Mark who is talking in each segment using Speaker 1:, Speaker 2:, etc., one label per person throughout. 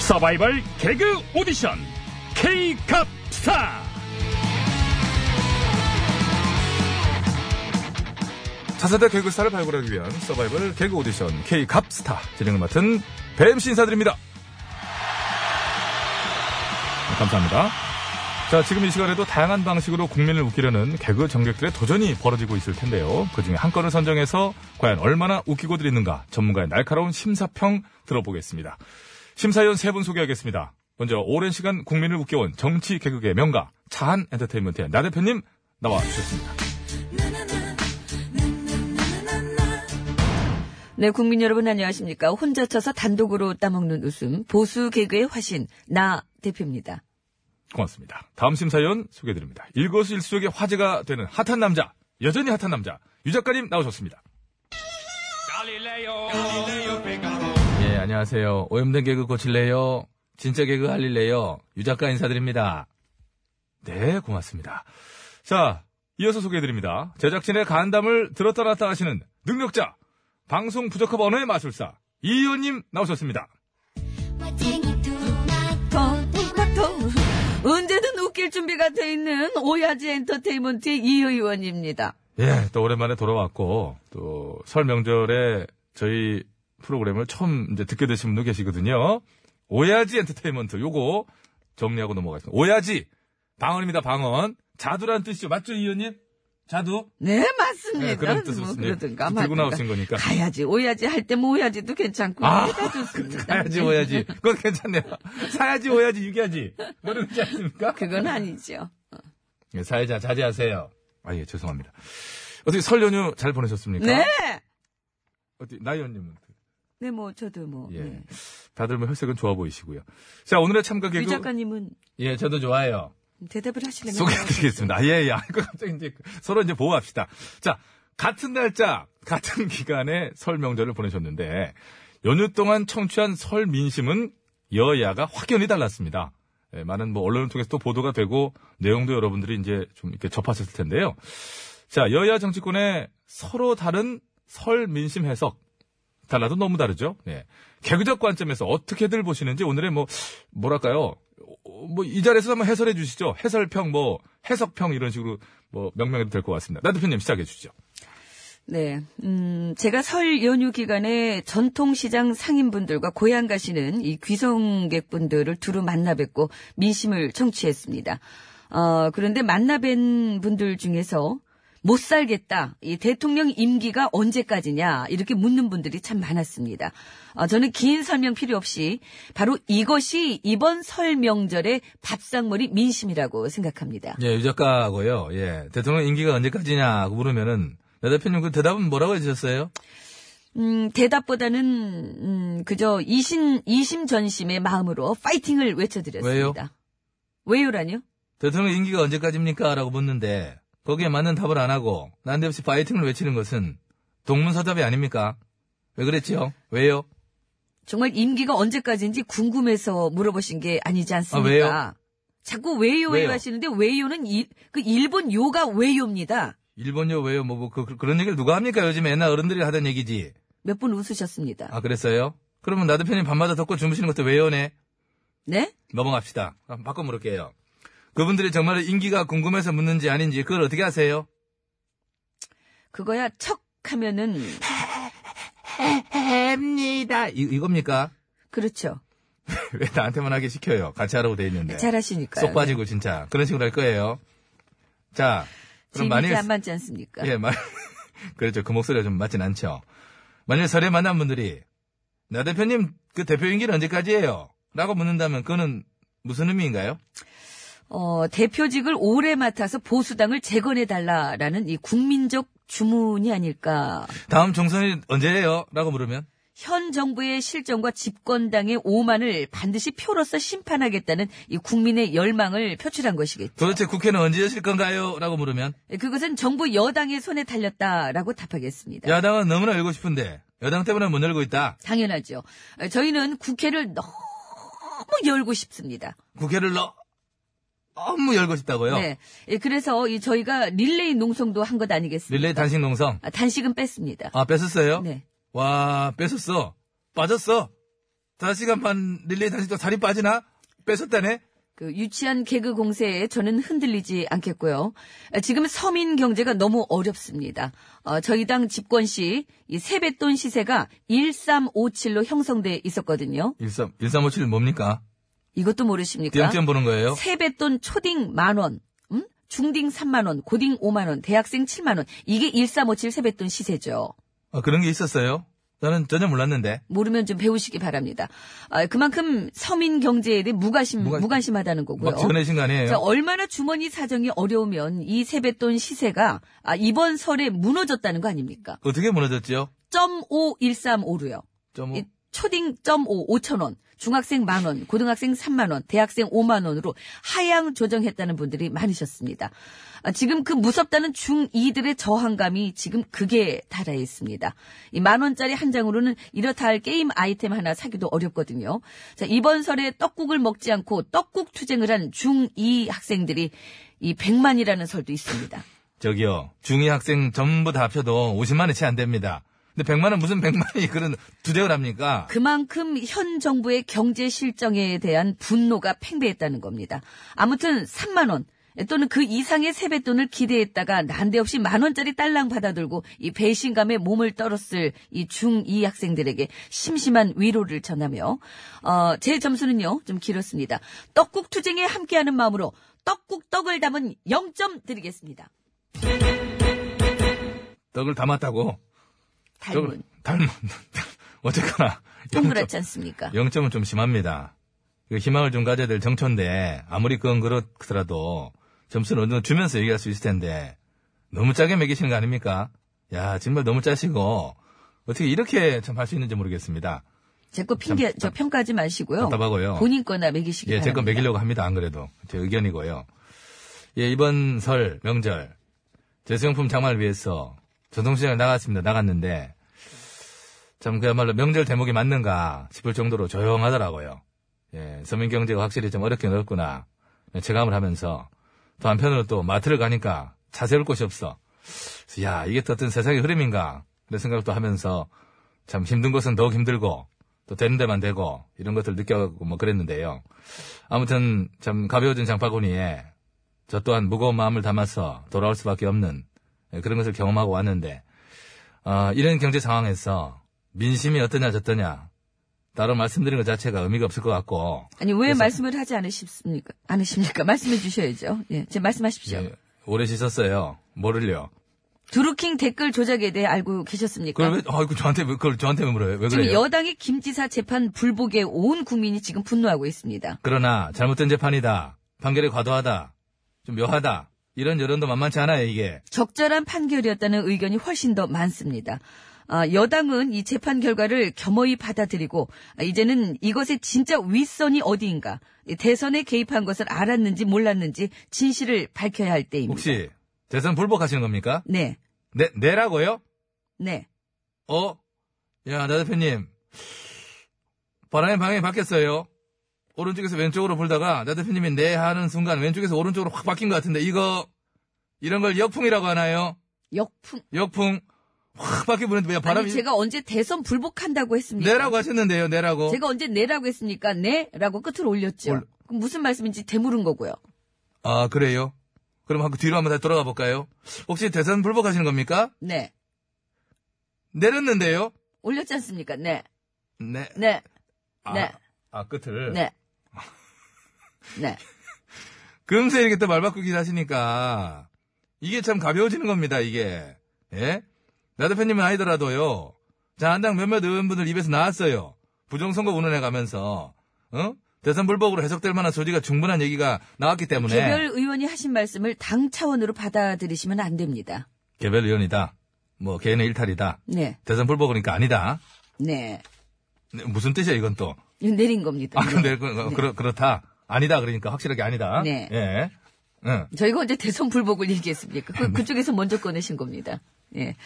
Speaker 1: 서바이벌 개그 오디션 K캅스타
Speaker 2: 차세대 개그스타를 발굴하기 위한 서바이벌 개그 오디션 K갑스타 진행을 맡은 뱀씨 인사드립니다. 감사합니다. 자, 지금 이 시간에도 다양한 방식으로 국민을 웃기려는 개그 정객들의 도전이 벌어지고 있을 텐데요. 그 중에 한 건을 선정해서 과연 얼마나 웃기고 드리는가 전문가의 날카로운 심사평 들어보겠습니다. 심사위원 세 분 소개하겠습니다. 먼저 오랜 시간 국민을 웃겨온 정치 개그계 명가 차한 엔터테인먼트의 나 대표님 나와주셨습니다.
Speaker 3: 네, 국민 여러분 안녕하십니까. 혼자 쳐서 단독으로 따먹는 웃음, 보수 개그의 화신, 나 대표입니다.
Speaker 2: 고맙습니다. 다음 심사위원 소개드립니다. 해 일거수일투족의 화제가 되는 핫한 남자, 여전히 핫한 남자 유 작가님 나오셨습니다.
Speaker 4: 예, 안녕하세요. 오염된 개그 고칠래요? 진짜 개그 할릴래요? 유 작가 인사드립니다.
Speaker 2: 네, 고맙습니다. 자, 이어서 소개해드립니다. 제작진의 간담을 들었다 놨다 하시는 능력자, 방송 부적합 언어의 마술사 이 의원님 나오셨습니다.
Speaker 3: 언제든 웃길 준비가 돼 있는 오야지 엔터테인먼트의 이 의원입니다.
Speaker 2: 예, 또 오랜만에 돌아왔고 또 설 명절에 저희 프로그램을 처음 이제 듣게 되신 분도 계시거든요. 오야지 엔터테인먼트 요거 정리하고 넘어가겠습니다. 오야지 방언입니다. 방언 자두라는 뜻이죠. 맞죠, 이 의원님? 자두?
Speaker 3: 네, 맞습니다.
Speaker 2: 네, 그런 뜻으로
Speaker 3: 뭐
Speaker 2: 쓰- 예,
Speaker 3: 그러든가
Speaker 2: 들고
Speaker 3: 말든가.
Speaker 2: 나오신 거니까.
Speaker 3: 가야지, 오야지 할 때 뭐 오야지도 괜찮고.
Speaker 2: 아,
Speaker 3: 다 좋습니다.
Speaker 2: 사야지, 오야지. 그건 괜찮네요. 사야지, 오야지, 유기야지. 뭐라고 그러지 않습니까?
Speaker 3: 그건 아니죠.
Speaker 4: 예, 사회자 자제하세요.
Speaker 2: 아, 예, 죄송합니다. 어떻게 설 연휴 잘 보내셨습니까?
Speaker 3: 네!
Speaker 2: 어떻게, 나연님은?
Speaker 3: 네, 뭐, 저도 뭐.
Speaker 2: 예.
Speaker 3: 네.
Speaker 2: 다들 뭐 혈색은 좋아 보이시고요. 자, 오늘의 참가
Speaker 3: 유
Speaker 2: 개그
Speaker 3: 작가님은 네,
Speaker 4: 예, 저도 좋아요.
Speaker 3: 대답을 하시려면.
Speaker 2: 소개해드리겠습니다. 아, 예, 예. 아이고, 갑자기 이제 서로 이제 보호합시다. 자, 같은 날짜, 같은 기간에 설 명절을 보내셨는데, 연휴 동안 청취한 설 민심은 여야가 확연히 달랐습니다. 예, 많은 뭐 언론을 통해서 또 보도가 되고, 내용도 여러분들이 이제 좀 이렇게 접하셨을 텐데요. 자, 여야 정치권의 서로 다른 설 민심 해석. 달라도 너무 다르죠. 예. 개그적 관점에서 어떻게들 보시는지 오늘의 뭐 뭐랄까요? 뭐 이 자리에서 한번 해설해 주시죠. 해설평 뭐 해석평 이런 식으로 뭐 명명해도 될 것 같습니다. 나 대표님 시작해 주시죠.
Speaker 3: 네, 음, 제가 설 연휴 기간에 전통시장 상인분들과 고향 가시는 이 귀성객분들을 두루 만나 뵙고 민심을 청취했습니다. 어, 그런데 만나 뵌 분들 중에서 못 살겠다. 이 대통령 임기가 언제까지냐. 이렇게 묻는 분들이 참 많았습니다. 어, 저는 긴 설명 필요 없이 바로 이것이 이번 설 명절의 밥상머리 민심이라고 생각합니다.
Speaker 4: 예, 유 작가고요. 예, 대통령 임기가 언제까지냐 물으면은 나 대표님 그 대답은 뭐라고 해주셨어요?
Speaker 3: 음, 대답보다는, 음, 그저 이심, 이심전심의 마음으로 파이팅을 외쳐드렸습니다. 왜요? 라뇨
Speaker 4: 대통령 임기가 언제까지입니까? 라고 묻는데 거기에 맞는 답을 안 하고 난데없이 파이팅을 외치는 것은 동문서답이 아닙니까? 왜 그랬지요? 왜요?
Speaker 3: 정말 임기가 언제까지인지 궁금해서 물어보신 게 아니지 않습니까?
Speaker 4: 아,
Speaker 3: 자꾸 왜요, 왜요
Speaker 4: 왜요?
Speaker 3: 하시는데, 왜요는 일, 그 일본 요가 왜요입니다.
Speaker 4: 일본요 왜요? 뭐, 뭐 그, 그- 그런 얘기를 누가 합니까? 요즘 옛날 어른들이 하던 얘기지.
Speaker 3: 몇 분 웃으셨습니다.
Speaker 4: 아 그랬어요? 그러면 나 대표님 밤마다 덮고 주무시는 것도 왜요네?
Speaker 3: 네?
Speaker 4: 넘어갑시다. 아, 바꿔 물을게요. 그분들이 정말 인기가 궁금해서 묻는지 아닌지 그걸 어떻게 아세요?
Speaker 3: 그거야 척 하면은,
Speaker 4: 합니다. 이, 이겁니까?
Speaker 3: 그렇죠.
Speaker 4: 왜 나한테만 하게 시켜요? 같이 하라고 돼 있는데.
Speaker 3: 잘하시니까요.
Speaker 4: 쏙 네. 빠지고 진짜 그런 식으로 할 거예요. 자, 그럼
Speaker 3: 재미지
Speaker 4: 만일
Speaker 3: 안 맞지 않습니까?
Speaker 4: 예, 말 그렇죠. 그 목소리가 좀 맞진 않죠. 만일 설에 만난 분들이 나 대표님 그 대표 임기는 언제까지예요? 라고 묻는다면 그거는 무슨 의미인가요?
Speaker 3: 어, 대표직을 오래 맡아서 보수당을 재건해달라라는 이 국민적 주문이 아닐까
Speaker 4: 다음 총선이 언제예요? 라고 물으면
Speaker 3: 현 정부의 실정과 집권당의 오만을 반드시 표로서 심판하겠다는 이 국민의 열망을 표출한 것이겠죠.
Speaker 4: 도대체 국회는 언제 여실 건가요? 라고 물으면
Speaker 3: 그것은 정부 여당의 손에 달렸다라고 답하겠습니다.
Speaker 4: 야당은 너무나 열고 싶은데 여당 때문에 못 열고 있다.
Speaker 3: 당연하죠. 저희는 국회를 너무 열고 싶습니다.
Speaker 4: 국회를 너- 너무 열고 싶다고요.
Speaker 3: 네. 예, 그래서 이 저희가 릴레이 농성도 한 것 아니겠습니까?
Speaker 4: 릴레이 단식 농성.
Speaker 3: 아, 단식은 뺐습니다.
Speaker 4: 아 뺏었어요?
Speaker 3: 네.
Speaker 4: 와 뺏었어. 빠졌어.
Speaker 2: 5시간 반 릴레이 다시 또 다리 빠지나? 뺏었다네?
Speaker 3: 그 유치한 개그 공세에 저는 흔들리지 않겠고요. 아, 지금 서민 경제가 너무 어렵습니다. 어, 저희 당 집권 시 이 세뱃돈 시세가 1357로 형성돼 있었거든요.
Speaker 2: 13, 1357 뭡니까?
Speaker 3: 이것도 모르십니까?
Speaker 2: 띄엄띄엄 보는 거예요?
Speaker 3: 세뱃돈 초딩 만 원, 음? 중딩 3만 원, 고딩 5만 원, 대학생 7만 원. 이게 1357 세뱃돈 시세죠.
Speaker 2: 아, 그런 게 있었어요? 나는 전혀 몰랐는데.
Speaker 3: 모르면 좀 배우시기 바랍니다. 아, 그만큼 서민 경제에 대해 무관심,
Speaker 2: 무관심.
Speaker 3: 하다는 거고요.
Speaker 2: 막 지어내신 거 아니에요?
Speaker 3: 자, 얼마나 주머니 사정이 어려우면 이 세뱃돈 시세가 아, 이번 설에 무너졌다는 거 아닙니까?
Speaker 2: 어떻게 무너졌지요? 뭐
Speaker 3: 0.5135로요.
Speaker 2: 좀
Speaker 3: 초딩 0.5, 5천원, 중학생 만원, 고등학생 3만원, 대학생 5만원으로 하향 조정했다는 분들이 많으셨습니다. 아, 지금 그 무섭다는 중2들의 저항감이 지금 극에 달해 있습니다. 이 만원짜리 한 장으로는 이렇다 할 게임 아이템 하나 사기도 어렵거든요. 자, 이번 설에 떡국을 먹지 않고 떡국 투쟁을 한 중2 학생들이 이 100만이라는 설도 있습니다.
Speaker 2: 저기요. 중2 학생 전부 다 합쳐도 50만원 채 안 됩니다. 근데 100만원 무슨 100만원이 그런 두대을 합니까?
Speaker 3: 그만큼 현 정부의 경제 실정에 대한 분노가 팽배했다는 겁니다. 아무튼 3만 원 또는 그 이상의 세뱃돈을 기대했다가 난데없이 만 원짜리 딸랑 받아들고 이 배신감에 몸을 떨었을 이 중2 학생들에게 심심한 위로를 전하며 어, 제 점수는요 좀 길었습니다. 떡국 투쟁에 함께하는 마음으로 떡국 떡을 담은 0점 드리겠습니다.
Speaker 2: 떡을 담았다고.
Speaker 3: 닮은
Speaker 2: 닮은. 어쨌거나.
Speaker 3: 동그랗지 않습니까?
Speaker 2: 0점은 좀 심합니다. 그 희망을 좀 가져야 될 정초인데 아무리 그건 그렇더라도 점수는 어느 정도 주면서 얘기할 수 있을 텐데 너무 짜게 매기시는 거 아닙니까? 야 정말 너무 짜시고 어떻게 이렇게 참 할 수 있는지 모르겠습니다.
Speaker 3: 제 거 핑계 저 평가하지 마시고요.
Speaker 2: 답답하고요.
Speaker 3: 어, 본인 거나 매기시기
Speaker 2: 예, 제 거
Speaker 3: 바랍니다.
Speaker 2: 매기려고 합니다. 안 그래도 제 의견이고요. 예, 이번 설 명절 제수용품 장만을 위해서 전통시장에 나갔습니다. 나갔는데 참 그야말로 명절 대목이 맞는가 싶을 정도로 조용하더라고요. 예, 서민 경제가 확실히 좀 어렵긴 어렵구나 예, 체감을 하면서 또 한편으로 또 마트를 가니까 자세울 곳이 없어. 그래서 야 이게 또 어떤 세상의 흐름인가 그런 생각도 하면서 참 힘든 것은 더욱 힘들고 또 되는 데만 되고 이런 것들 느껴가고 뭐 그랬는데요. 아무튼 참 가벼워진 장바구니에 저 또한 무거운 마음을 담아서 돌아올 수밖에 없는 예, 그런 것을 경험하고 왔는데 아, 이런 경제 상황에서 민심이 어떠냐 저떠냐 따로 말씀드린 것 자체가 의미가 없을 것 같고
Speaker 3: 아니 왜 말씀을 하지 않으십니까? 않으십니까? 말씀해 주셔야죠. 예, 제 말씀하십시오.
Speaker 2: 예, 오래 쉬셨어요. 뭐를요?
Speaker 3: 드루킹 댓글 조작에 대해 알고 계셨습니까?
Speaker 2: 그걸 왜, 아이고, 저한테, 왜- 그걸 저한테 왜 물어요? 왜
Speaker 3: 지금
Speaker 2: 그래요?
Speaker 3: 여당의 김지사 재판 불복에 온 국민이 지금 분노하고 있습니다.
Speaker 2: 그러나, 잘못된 재판이다. 판결이 과도하다. 좀 묘하다. 이런 여론도 만만치 않아요, 이게.
Speaker 3: 적절한 판결이었다는 의견이 훨씬 더 많습니다. 아, 여당은 이 재판 결과를 겸허히 받아들이고 아, 이제는 이것의 진짜 윗선이 어디인가 이 대선에 개입한 것을 알았는지 몰랐는지 진실을 밝혀야 할 때입니다.
Speaker 2: 혹시, 대선 불복하시는 겁니까?
Speaker 3: 네,
Speaker 2: 네, 네라고요?
Speaker 3: 네.
Speaker 2: 어? 야, 나 대표님. 바람의 방향이 바뀌었어요. 오른쪽에서 왼쪽으로 불다가, 나 대표님이 네 하는 순간, 왼쪽에서 오른쪽으로 확 바뀐 것 같은데, 이거, 이런 걸 역풍이라고 하나요?
Speaker 3: 역풍.
Speaker 2: 역풍. 확 바뀌어 부는데, 왜 바람이.
Speaker 3: 아니 제가 언제 대선 불복한다고 했습니까?
Speaker 2: 네라고 하셨는데요, 네라고.
Speaker 3: 제가 언제 네라고 했습니까? 네라고 끝을 올렸죠.
Speaker 2: 올-
Speaker 3: 그럼 무슨 말씀인지 되물은 거고요.
Speaker 2: 아, 그래요? 그럼 한 뒤로 한번 다시 돌아가 볼까요? 혹시 대선 불복하시는 겁니까?
Speaker 3: 네.
Speaker 2: 내렸는데요?
Speaker 3: 올렸지 않습니까? 네.
Speaker 2: 네.
Speaker 3: 네.
Speaker 2: 아,
Speaker 3: 네.
Speaker 2: 아, 끝을.
Speaker 3: 네. 네.
Speaker 2: 금세 이렇게 또 말 바꾸기 하시니까, 이게 참 가벼워지는 겁니다, 이게. 예? 나 대표님은 아니더라도요, 자, 한당 몇몇 의원분들 입에서 나왔어요. 부정선거 운운해 가면서, 어? 대선 불복으로 해석될 만한 소지가 충분한 얘기가 나왔기 때문에.
Speaker 3: 개별 의원이 하신 말씀을 당 차원으로 받아들이시면 안 됩니다.
Speaker 2: 개별 의원이다. 뭐, 개인의 일탈이다.
Speaker 3: 네.
Speaker 2: 대선 불복이니까 아니다.
Speaker 3: 네.
Speaker 2: 네, 무슨 뜻이야, 이건 또.
Speaker 3: 이거 내린 겁니다.
Speaker 2: 아, 근데 그, 그, 그렇다. 아니다. 그러니까 확실하게 아니다.
Speaker 3: 네.
Speaker 2: 예. 응.
Speaker 3: 저희가 언제 대선 불복을 얘기했습니까?
Speaker 2: 네.
Speaker 3: 그, 그쪽에서 먼저 꺼내신 겁니다. 예.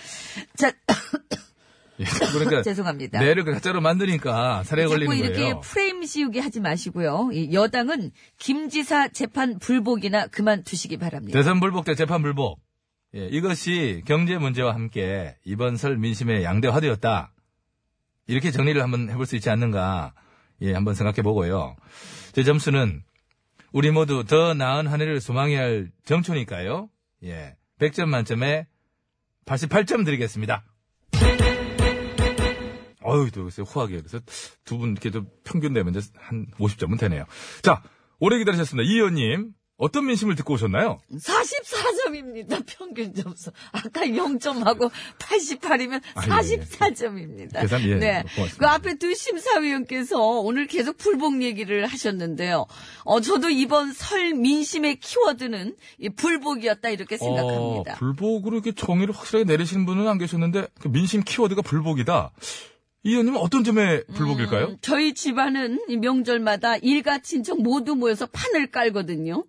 Speaker 3: 자,
Speaker 2: 예, 그러니까
Speaker 3: 죄송합니다.
Speaker 2: 뇌를 그 가짜로 만드니까 살해
Speaker 3: 자꾸
Speaker 2: 걸리는
Speaker 3: 이렇게
Speaker 2: 거예요.
Speaker 3: 프레임 씌우게 하지 마시고요. 이 여당은 김 지사 재판 불복이나 그만두시기
Speaker 5: 네.
Speaker 3: 바랍니다.
Speaker 2: 대선 불복 대 재판 불복. 예, 이것이 경제 문제와 함께 이번 설 민심의 양대화되었다. 이렇게 정리를 한번 해볼 수 있지 않는가.
Speaker 6: 예, 한번 생각해 보고요. 제 점수는 우리 모두 더 나은 한 해를 소망해야 할 점초니까요. 예. 100점 만점에 88점 드리겠습니다.
Speaker 5: 어유 또 글쎄 후하게 그래서 두 분 이렇게 좀 평균 되면 이제 한 50점은 되네요. 자, 오래 기다리셨습니다. 이 의원님 어떤 민심을 듣고 오셨나요?
Speaker 3: 44점입니다. 평균 점수. 아까 0점하고 88이면
Speaker 5: 아, 예, 예.
Speaker 3: 44점입니다.
Speaker 5: 계산, 예,
Speaker 3: 네.
Speaker 5: 고맙습니다.
Speaker 3: 그 앞에 두 심사위원께서 오늘 계속 불복 얘기를 하셨는데요. 어, 저도 이번 설 민심의 키워드는 이 불복이었다 이렇게 생각합니다.
Speaker 5: 어, 불복으로 이렇게 정의를 확실하게 내리시는 분은 안 계셨는데 그 민심 키워드가 불복이다. 이 의원님은 어떤 점에 불복일까요?
Speaker 3: 음, 저희 집안은 이 명절마다 일가 친척 모두 모여서 판을 깔거든요.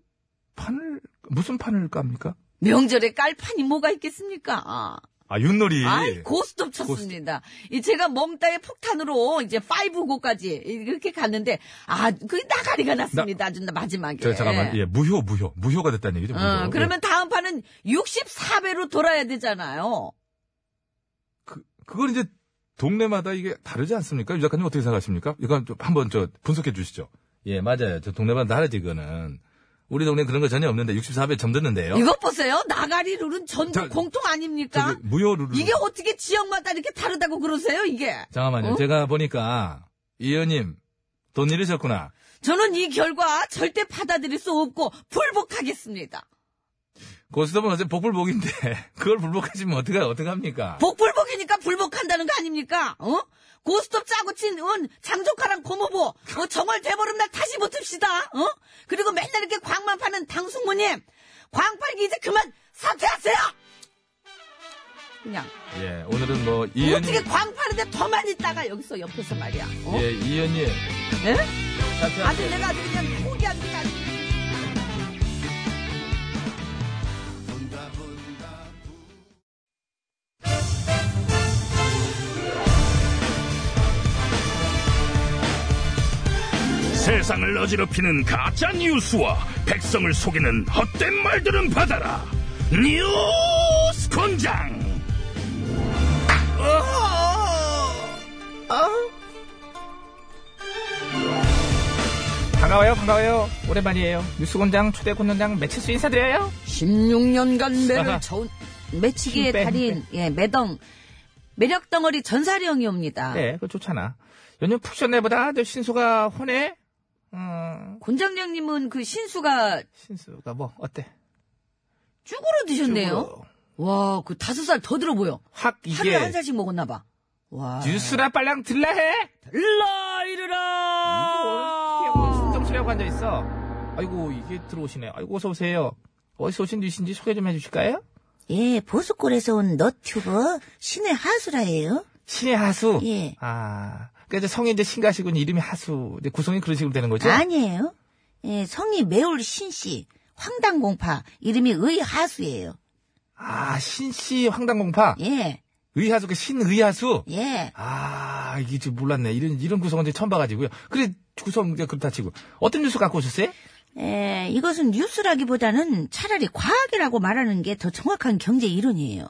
Speaker 5: 판을 무슨 판을 깝니까?
Speaker 3: 명절에 깔 판이 뭐가 있겠습니까? 아.
Speaker 5: 아 윷놀이.
Speaker 3: 아이, 고스톱 쳤습니다. 이 제가 멍따의 폭탄으로 이제 5고까지 이렇게 갔는데, 아, 그 나가리가 났습니다. 아주 나- 마지막에.
Speaker 5: 저, 잠깐만 예 무효 무효 무효가 예. 됐다는 얘기죠.
Speaker 3: 그, 어,
Speaker 5: 무효.
Speaker 3: 그러면 다음 판은 64배로 돌아야 되잖아요.
Speaker 5: 그, 그걸 이제 동네마다 이게 다르지 않습니까? 유 작가님 어떻게 생각하십니까? 이건 좀 한번 저 분석해 주시죠.
Speaker 6: 예, 맞아요. 저 동네마다 다르지, 그거는. 우리 동네 그런 거 전혀 없는데 64배 점드는데요.
Speaker 3: 이것 보세요. 나가리 룰은 전국
Speaker 5: 자,
Speaker 3: 공통 아닙니까?
Speaker 5: 예. 저기 음. 무효 룰을
Speaker 3: 이게 어떻게 지역마다 이렇게 다르다고 그러세요, 이게?
Speaker 6: 잠깐만요.
Speaker 3: 어?
Speaker 6: 제가 보니까 이 의원님 돈 잃으셨구나.
Speaker 3: 저는 이 결과 절대 받아들일 수 없고, 불복하겠습니다.
Speaker 6: 고스톱은 어제 복불복인데 그걸 불복하시면 어떡하, 어떡합니까?
Speaker 3: 복불복이니까 불복한다는 거 아닙니까? 어? 고스톱 짜고 친 은, 장조카랑 고모부, 어, 정월 대보름날 다시 붙읍시다. 어? 그리고 맨날 이렇게 광만 파는 당숙모님, 광팔기 이제 그만 사퇴하세요! 그냥
Speaker 6: 예, 오늘은 뭐 이 의원님.
Speaker 3: 어떻게 광 파는데 더만 있다가 여기서 옆에서 말이야. 어?
Speaker 6: 예, 이 의원님.
Speaker 3: 예? 아주 내가 아주 그냥 포기한 게 아니야.
Speaker 7: 세상을 어지럽히는 가짜 뉴스와 백성을 속이는 헛된 말들은 받아라. 뉴스 권장.
Speaker 2: 반가워요, 반가워요. 오랜만이에요. 뉴스공장 초대 공연장 매칠수 인사드려요.
Speaker 3: 16년간 매를 저은 매치기의
Speaker 2: 힘 빼,
Speaker 3: 달인 예 매덩 매력 덩어리 전사령이옵니다.
Speaker 6: 예.
Speaker 2: 네, 그거 좋잖아. 연휴 푹 쉬었네보다 너 신수가 혼해? 음,
Speaker 3: 곤장령님은 그 신수가
Speaker 2: 신수가 뭐, 어때?
Speaker 3: 쭈구로 드셨네요.
Speaker 2: 쭈구로.
Speaker 3: 와, 그 다섯 살 더 들어 보여.
Speaker 2: 확
Speaker 3: 하루에
Speaker 2: 이게
Speaker 3: 한 살씩 먹었나 봐. 와.
Speaker 2: 뉴스나 빨랑 들라 해?
Speaker 3: 일라 이르라.
Speaker 2: 이게 오늘 신정수라고 앉아있어. 아이고, 이게 들어오시네. 아이고, 어서오세요. 어디서 오신 뉴스인지 소개 좀 해주실까요?
Speaker 8: 예, 보수골에서 온 너튜버 신의 하수라예요.
Speaker 2: 신의 하수.
Speaker 8: 예.
Speaker 2: 아, 그러니까 이제 성이 이제 신가시고 이제 이름이 하수. 근데 구성이 그런 식으로 되는 거죠?
Speaker 8: 아니에요. 예, 성이 매울 신씨 황당공파 이름이 의하수예요.
Speaker 2: 아, 신씨 황당공파.
Speaker 8: 예,
Speaker 2: 의하수, 그 신의하수.
Speaker 8: 예.
Speaker 2: 아, 이게 좀 몰랐네. 이런, 이런 구성은 이제 처음 봐가지고요. 그래, 구성, 이제 그렇다 치고. 어떤 뉴스 갖고 오셨어요?
Speaker 8: 예, 이것은 뉴스라기보다는 차라리 과학이라고 말하는 게 더 정확한 경제 이론이에요.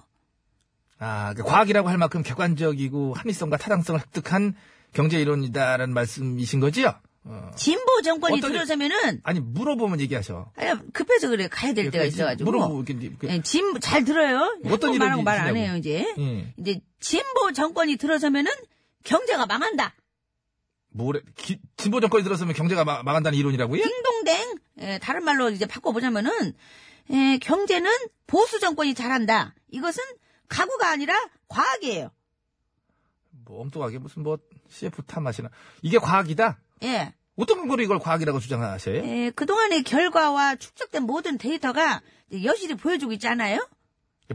Speaker 2: 아, 그 과학이라고 할 만큼 객관적이고 합리성과 타당성을 획득한 경제이론이다라는 말씀이신 거지요? 어.
Speaker 8: 진보 정권이
Speaker 2: 어떤-
Speaker 8: 들어서면은
Speaker 2: 아니, 물어보면 얘기하셔.
Speaker 8: 아, 급해서 그래 가야 될 때가
Speaker 2: 그러니까
Speaker 8: 있어가지고.
Speaker 2: 물어보고, 이렇게, 이렇게.
Speaker 8: 예, 진보 잘 들어요.
Speaker 2: 어떤
Speaker 8: 어떤 말하고 말 안
Speaker 2: 이론이시냐고.
Speaker 8: 해요 이제.
Speaker 2: 예.
Speaker 8: 이제 진보 정권이 들어서면은 경제가 망한다.
Speaker 2: 뭐래, 기- 진보 정권이 들었으면 경제가 마- 망한다는 이론이라고요?
Speaker 8: 띵동댕. 예, 다른 말로 이제 바꿔보자면은 예, 경제는 보수 정권이 잘한다. 이것은 가구가 아니라 과학이에요.
Speaker 2: 뭐, 엉뚱하게 무슨 뭐, CF 탐하시나. 이게 과학이다?
Speaker 8: 예.
Speaker 2: 어떤 근거로 이걸 과학이라고 주장하셔요?
Speaker 8: 예, 그동안의 결과와 축적된 모든 데이터가 이제 여실히 보여주고 있잖아요.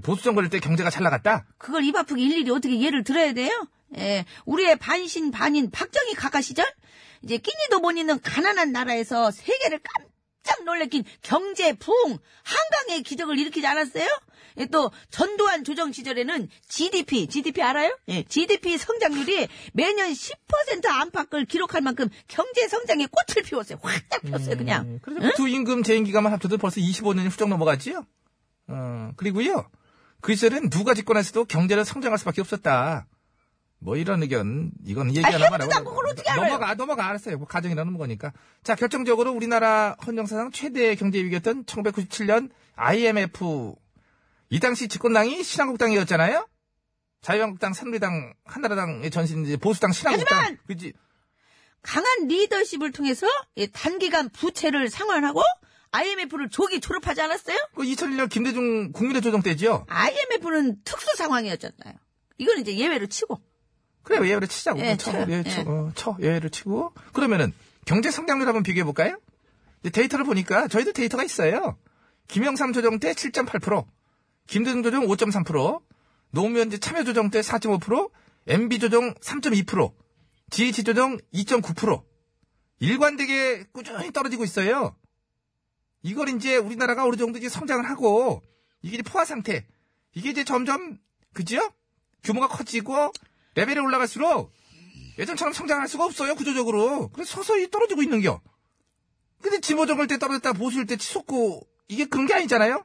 Speaker 2: 보수 정권일 때 경제가 잘 나갔다?
Speaker 8: 그걸 입 아프게 일일이 어떻게 예를 들어야 돼요? 예, 우리의 반신 반인 박정희 각하 시절 이제 끼니도 못 있는 가난한 나라에서 세계를 깜짝 놀래킨 경제 부흥 한강의 기적을 일으키지 않았어요? 예, 또 전두환 조정 시절에는 GDP GDP 알아요? 예, GDP 성장률이 매년 10% 안팎을 기록할 만큼 경제 성장의 꽃을 피웠어요. 확딱 피웠어요, 그냥.
Speaker 2: 그래서 두 임금 재임 기간만 합쳐도 벌써 25년이 후쩍 넘어갔지요. 어, 그리고요. 그 시절엔 누가 집권했어도 경제는 성장할 수밖에 없었다. 뭐 이런 의견 이건 얘기
Speaker 3: 아,
Speaker 2: 하나 말하고
Speaker 3: 해보지도 않고 그걸 어떻게 알아요?
Speaker 2: 넘어가 넘어가 알았어요. 뭐 가정이라는 거니까. 자 결정적으로 우리나라 헌정사상 최대 경제 위기였던 1997년 IMF 이 당시 집권당이 신한국당이었잖아요. 자유한국당, 새누리당, 한나라당의 전신 이제 보수당, 신한국당.
Speaker 3: 하지만!
Speaker 2: 그지?
Speaker 3: 강한 리더십을 통해서 예, 단기간 부채를 상환하고 IMF를 조기 졸업하지 않았어요?
Speaker 2: 그 2001년 김대중 국민의 조정 때지요.
Speaker 3: IMF는 특수 상황이었잖아요. 이건 이제 예외로 치고.
Speaker 2: 그래 예외를 치자고.
Speaker 3: 예,
Speaker 2: 쳐,
Speaker 3: 쳐요.
Speaker 2: 예,
Speaker 3: 예.
Speaker 2: 쳐, 어, 쳐 예외를 치고 그러면은 경제 성장률 한번 비교해 볼까요? 데이터를 보니까 저희도 데이터가 있어요. 김영삼 조정 때 7.8%, 김대중 조정 5.3%, 노무현 이제 참여 조정 때 4.5%, MB 조정 3.2%, GH 조정 2.9%. 일관되게 꾸준히 떨어지고 있어요. 이걸 이제 우리나라가 어느 정도 이제 성장을 하고 이게 이제 포화 상태. 이게 이제 점점 그지요? 규모가 커지고 레벨이 올라갈수록 예전처럼 성장할 수가 없어요 구조적으로. 그래서 서서히 떨어지고 있는겨. 근데 진보정을 때 떨어졌다 보수일 때 치솟고 이게 그런 게 아니잖아요.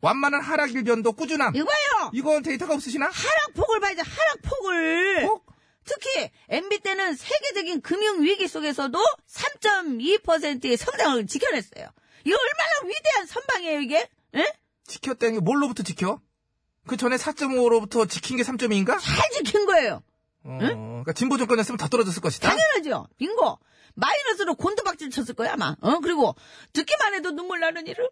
Speaker 2: 완만한 하락 일변도 꾸준함.
Speaker 3: 이거요!
Speaker 2: 이건 데이터가 없으시나?
Speaker 3: 하락폭을 봐야죠, 하락폭을!
Speaker 2: 어?
Speaker 3: 특히 MB 때는 세계적인 금융위기 속에서도 3.2%의 성장을 지켜냈어요. 이거 얼마나 위대한 선방이에요, 이게? 예?
Speaker 2: 지켰다는 게 뭘로부터 지켜? 그 전에 4.5로부터 지킨 게 3.2인가?
Speaker 3: 잘 지킨 거예요.
Speaker 2: 어, 그러니까 진보 정권이었으면 더 떨어졌을 것이다.
Speaker 3: 당연하죠. 빙고. 마이너스로 곤두박질 쳤을 거야, 아마. 어, 그리고 듣기만 해도 눈물 나는 일을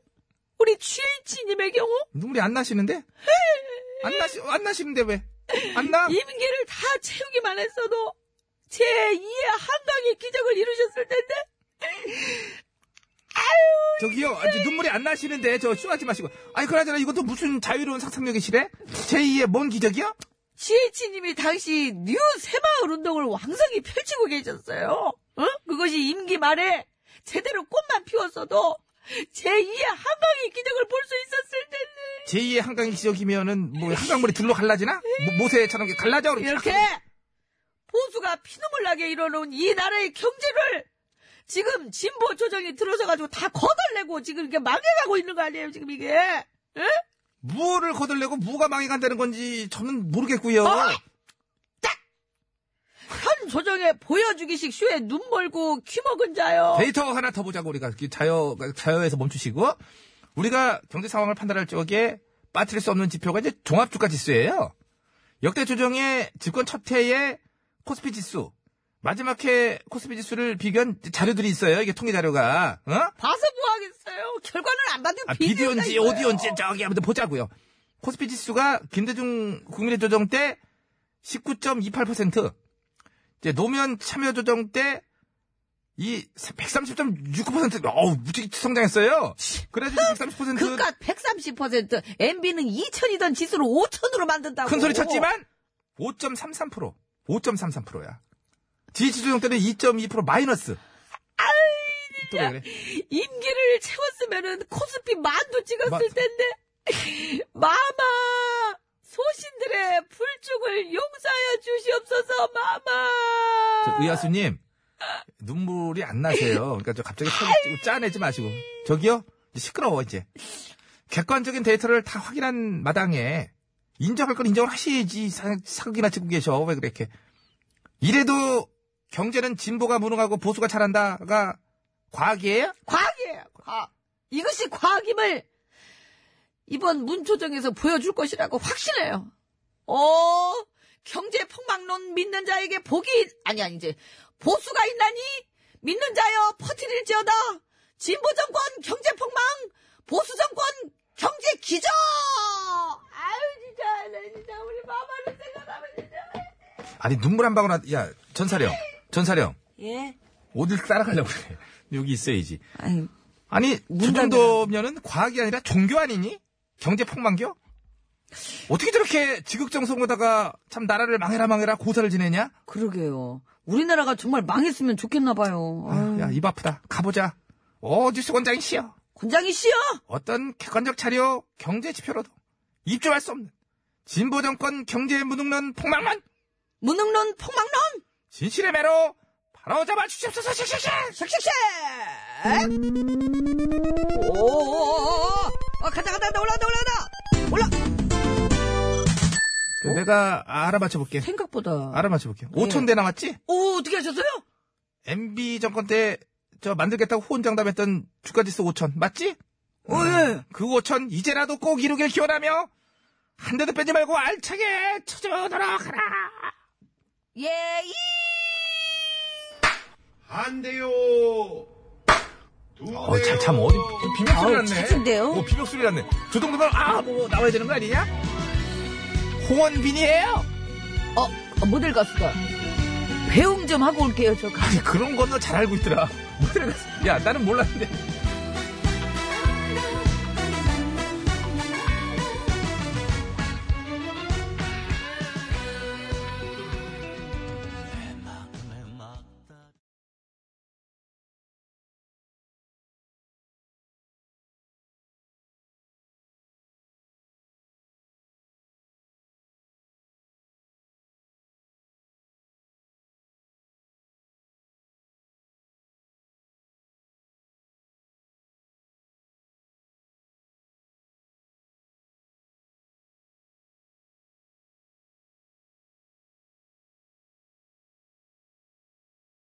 Speaker 3: 우리 취인치님의 경우
Speaker 2: 눈물이 안 나시는데? 안 나시 안 나시는데 왜? 안 나?
Speaker 3: 임기를 다 채우기만 했어도 제2의 한강의 기적을 이루셨을 텐데
Speaker 2: 저기요, 아, 저 눈물이 안 나시는데 저 쇼하지 마시고. 아니 그나저나 이것도 무슨 자유로운 상상력이시래? 제2의 뭔 기적이요?
Speaker 3: GH님이 당시 뉴 새마을 운동을 왕성히 펼치고 계셨어요. 어? 그것이 임기 말에 제대로 꽃만 피웠어도 제2의 한강의 기적을 볼 수 있었을 텐데.
Speaker 2: 제2의 한강의 기적이면은 뭐 한강물이 둘로 갈라지나? 뭐 모- 모세처럼 이렇게 갈라져 그럼
Speaker 3: 이렇게 보수가 피눈물 나게 이뤄놓은 이 나라의 경제를 지금 진보 조정이 들어서가지고 다 거덜내고 지금 이렇게 망해가고 있는 거 아니에요, 지금 이게. 응?
Speaker 2: 무엇을 거들려고 무가 망해간다는 건지 저는 모르겠고요.
Speaker 3: 어! 현 조정의 보여주기식 쇼에 눈 멀고 키 먹은 자요.
Speaker 2: 데이터 하나 더 보자고 우리가 자여 자여에서 멈추시고 우리가 경제 상황을 판단할 적에 빠뜨릴 수 없는 지표가 이제 종합 주가 지수예요. 역대 조정의 집권 첫 해의 코스피 지수 마지막 해 코스피 지수를 비교한 자료들이 있어요. 이게 통계 자료가 어?
Speaker 3: 봐서 뭐 하겠어요. 결과는 안 받는
Speaker 2: 아,
Speaker 3: 비디오다,
Speaker 2: 비디오인지
Speaker 3: 이거예요.
Speaker 2: 오디오인지 저기 한번 보자고요. 코스피 지수가 김대중 국민의 조정 때 19.28%, 이제 노무현 참여 조정 때 이 130.69%, 어우, 무지개 성장했어요. 그래서 130%.
Speaker 3: 그깟 130%, MB는 2000이던 지수를 5000으로 만든다고.
Speaker 2: 큰 소리 쳤지만 5.33% 5.33%야. 지지 조정 때는 2.2% 마이너스. 또 왜 그래?
Speaker 3: 임기를 채웠으면은 코스피 만도 찍었을
Speaker 2: 마-
Speaker 3: 텐데. 마마! 소신들의 불충을 용서하여 주시옵소서,
Speaker 2: 저
Speaker 3: 마마!
Speaker 2: 의아수님 눈물이 안 나세요. 그러니까 저 갑자기 턱을 찍고 짜내지 마시고 저기요 이제 시끄러워 이제 객관적인 데이터를 다 확인한 마당에 인정할 건 인정을 하셔야지 사- 사극이나 찍고 계셔 왜 그래 이렇게 이래도 경제는 진보가 무능하고 보수가 잘한다가 과학이에요?
Speaker 3: 과학이에요, 과학. 이것이 과학임을 이번 문초정에서 보여줄 것이라고 확신해요. 어, 경제 폭망론 믿는 자에게 복이, 아니, 아니, 이제, 보수가 있나니? 믿는 자여 퍼트릴지어다! 진보정권 경제 폭망! 보수정권 경제 기저! 아유, 진짜, 나 진짜, 우리 마마를 생각하면 진짜.
Speaker 2: 아니 눈물 한 방울 안- 야 전사령 전사령
Speaker 3: 예.
Speaker 2: 어딜 따라가려고 그래 여기 있어야지
Speaker 9: 아니,
Speaker 2: 아니 저 정도면은 과학이 아니라 종교 아니니? 경제 폭망교? 어떻게 저렇게 지극정성으로다가 참 나라를 망해라 망해라 고사를 지내냐?
Speaker 9: 그러게요. 우리나라가 정말 망했으면 좋겠나봐요.
Speaker 2: 야 입 아프다 가보자 어디수 원장이 씨여
Speaker 3: 권장이 씨여!
Speaker 2: 어떤 객관적 자료 경제 지표로도 입조할 수 없는 진보 정권 경제 무능론 폭망만
Speaker 3: 무능론 폭망론!
Speaker 2: 진실의 매로 바로 잡아 주십시오 샥샥샥
Speaker 3: 샥샥샥! 오, 어, 가다 가다 올라다 올라다 올라.
Speaker 2: 그 내가 알아맞혀 볼게.
Speaker 3: 생각보다.
Speaker 2: 알아맞혀 볼게. 5천 대 나왔지?
Speaker 3: 오, 어떻게 하셨어요?
Speaker 2: MB 정권 때 저 만들겠다고 호언장담했던 주가지수 5천 맞지?
Speaker 3: 오, 예.
Speaker 2: 그 5천 이제라도 꼭 이루길 기원하며 한 대도 빼지 말고 알차게 쳐주도록 하라.
Speaker 3: 예, 이!
Speaker 7: 안 돼요. 두
Speaker 2: 어, 잘 참, 어디, 비명 소리
Speaker 3: 아우,
Speaker 2: 났네.
Speaker 3: 차진데요?
Speaker 2: 어, 비명 소리 났네. 조동동은, 아, 뭐, 나와야 되는 거 아니냐? 홍원빈이에요.
Speaker 3: 어, 어, 못 읽었어. 배웅 좀 하고 올게요, 저 가.
Speaker 2: 그, 아니, 그런 건 너 잘 알고 있더라. 야, 나는 몰랐는데.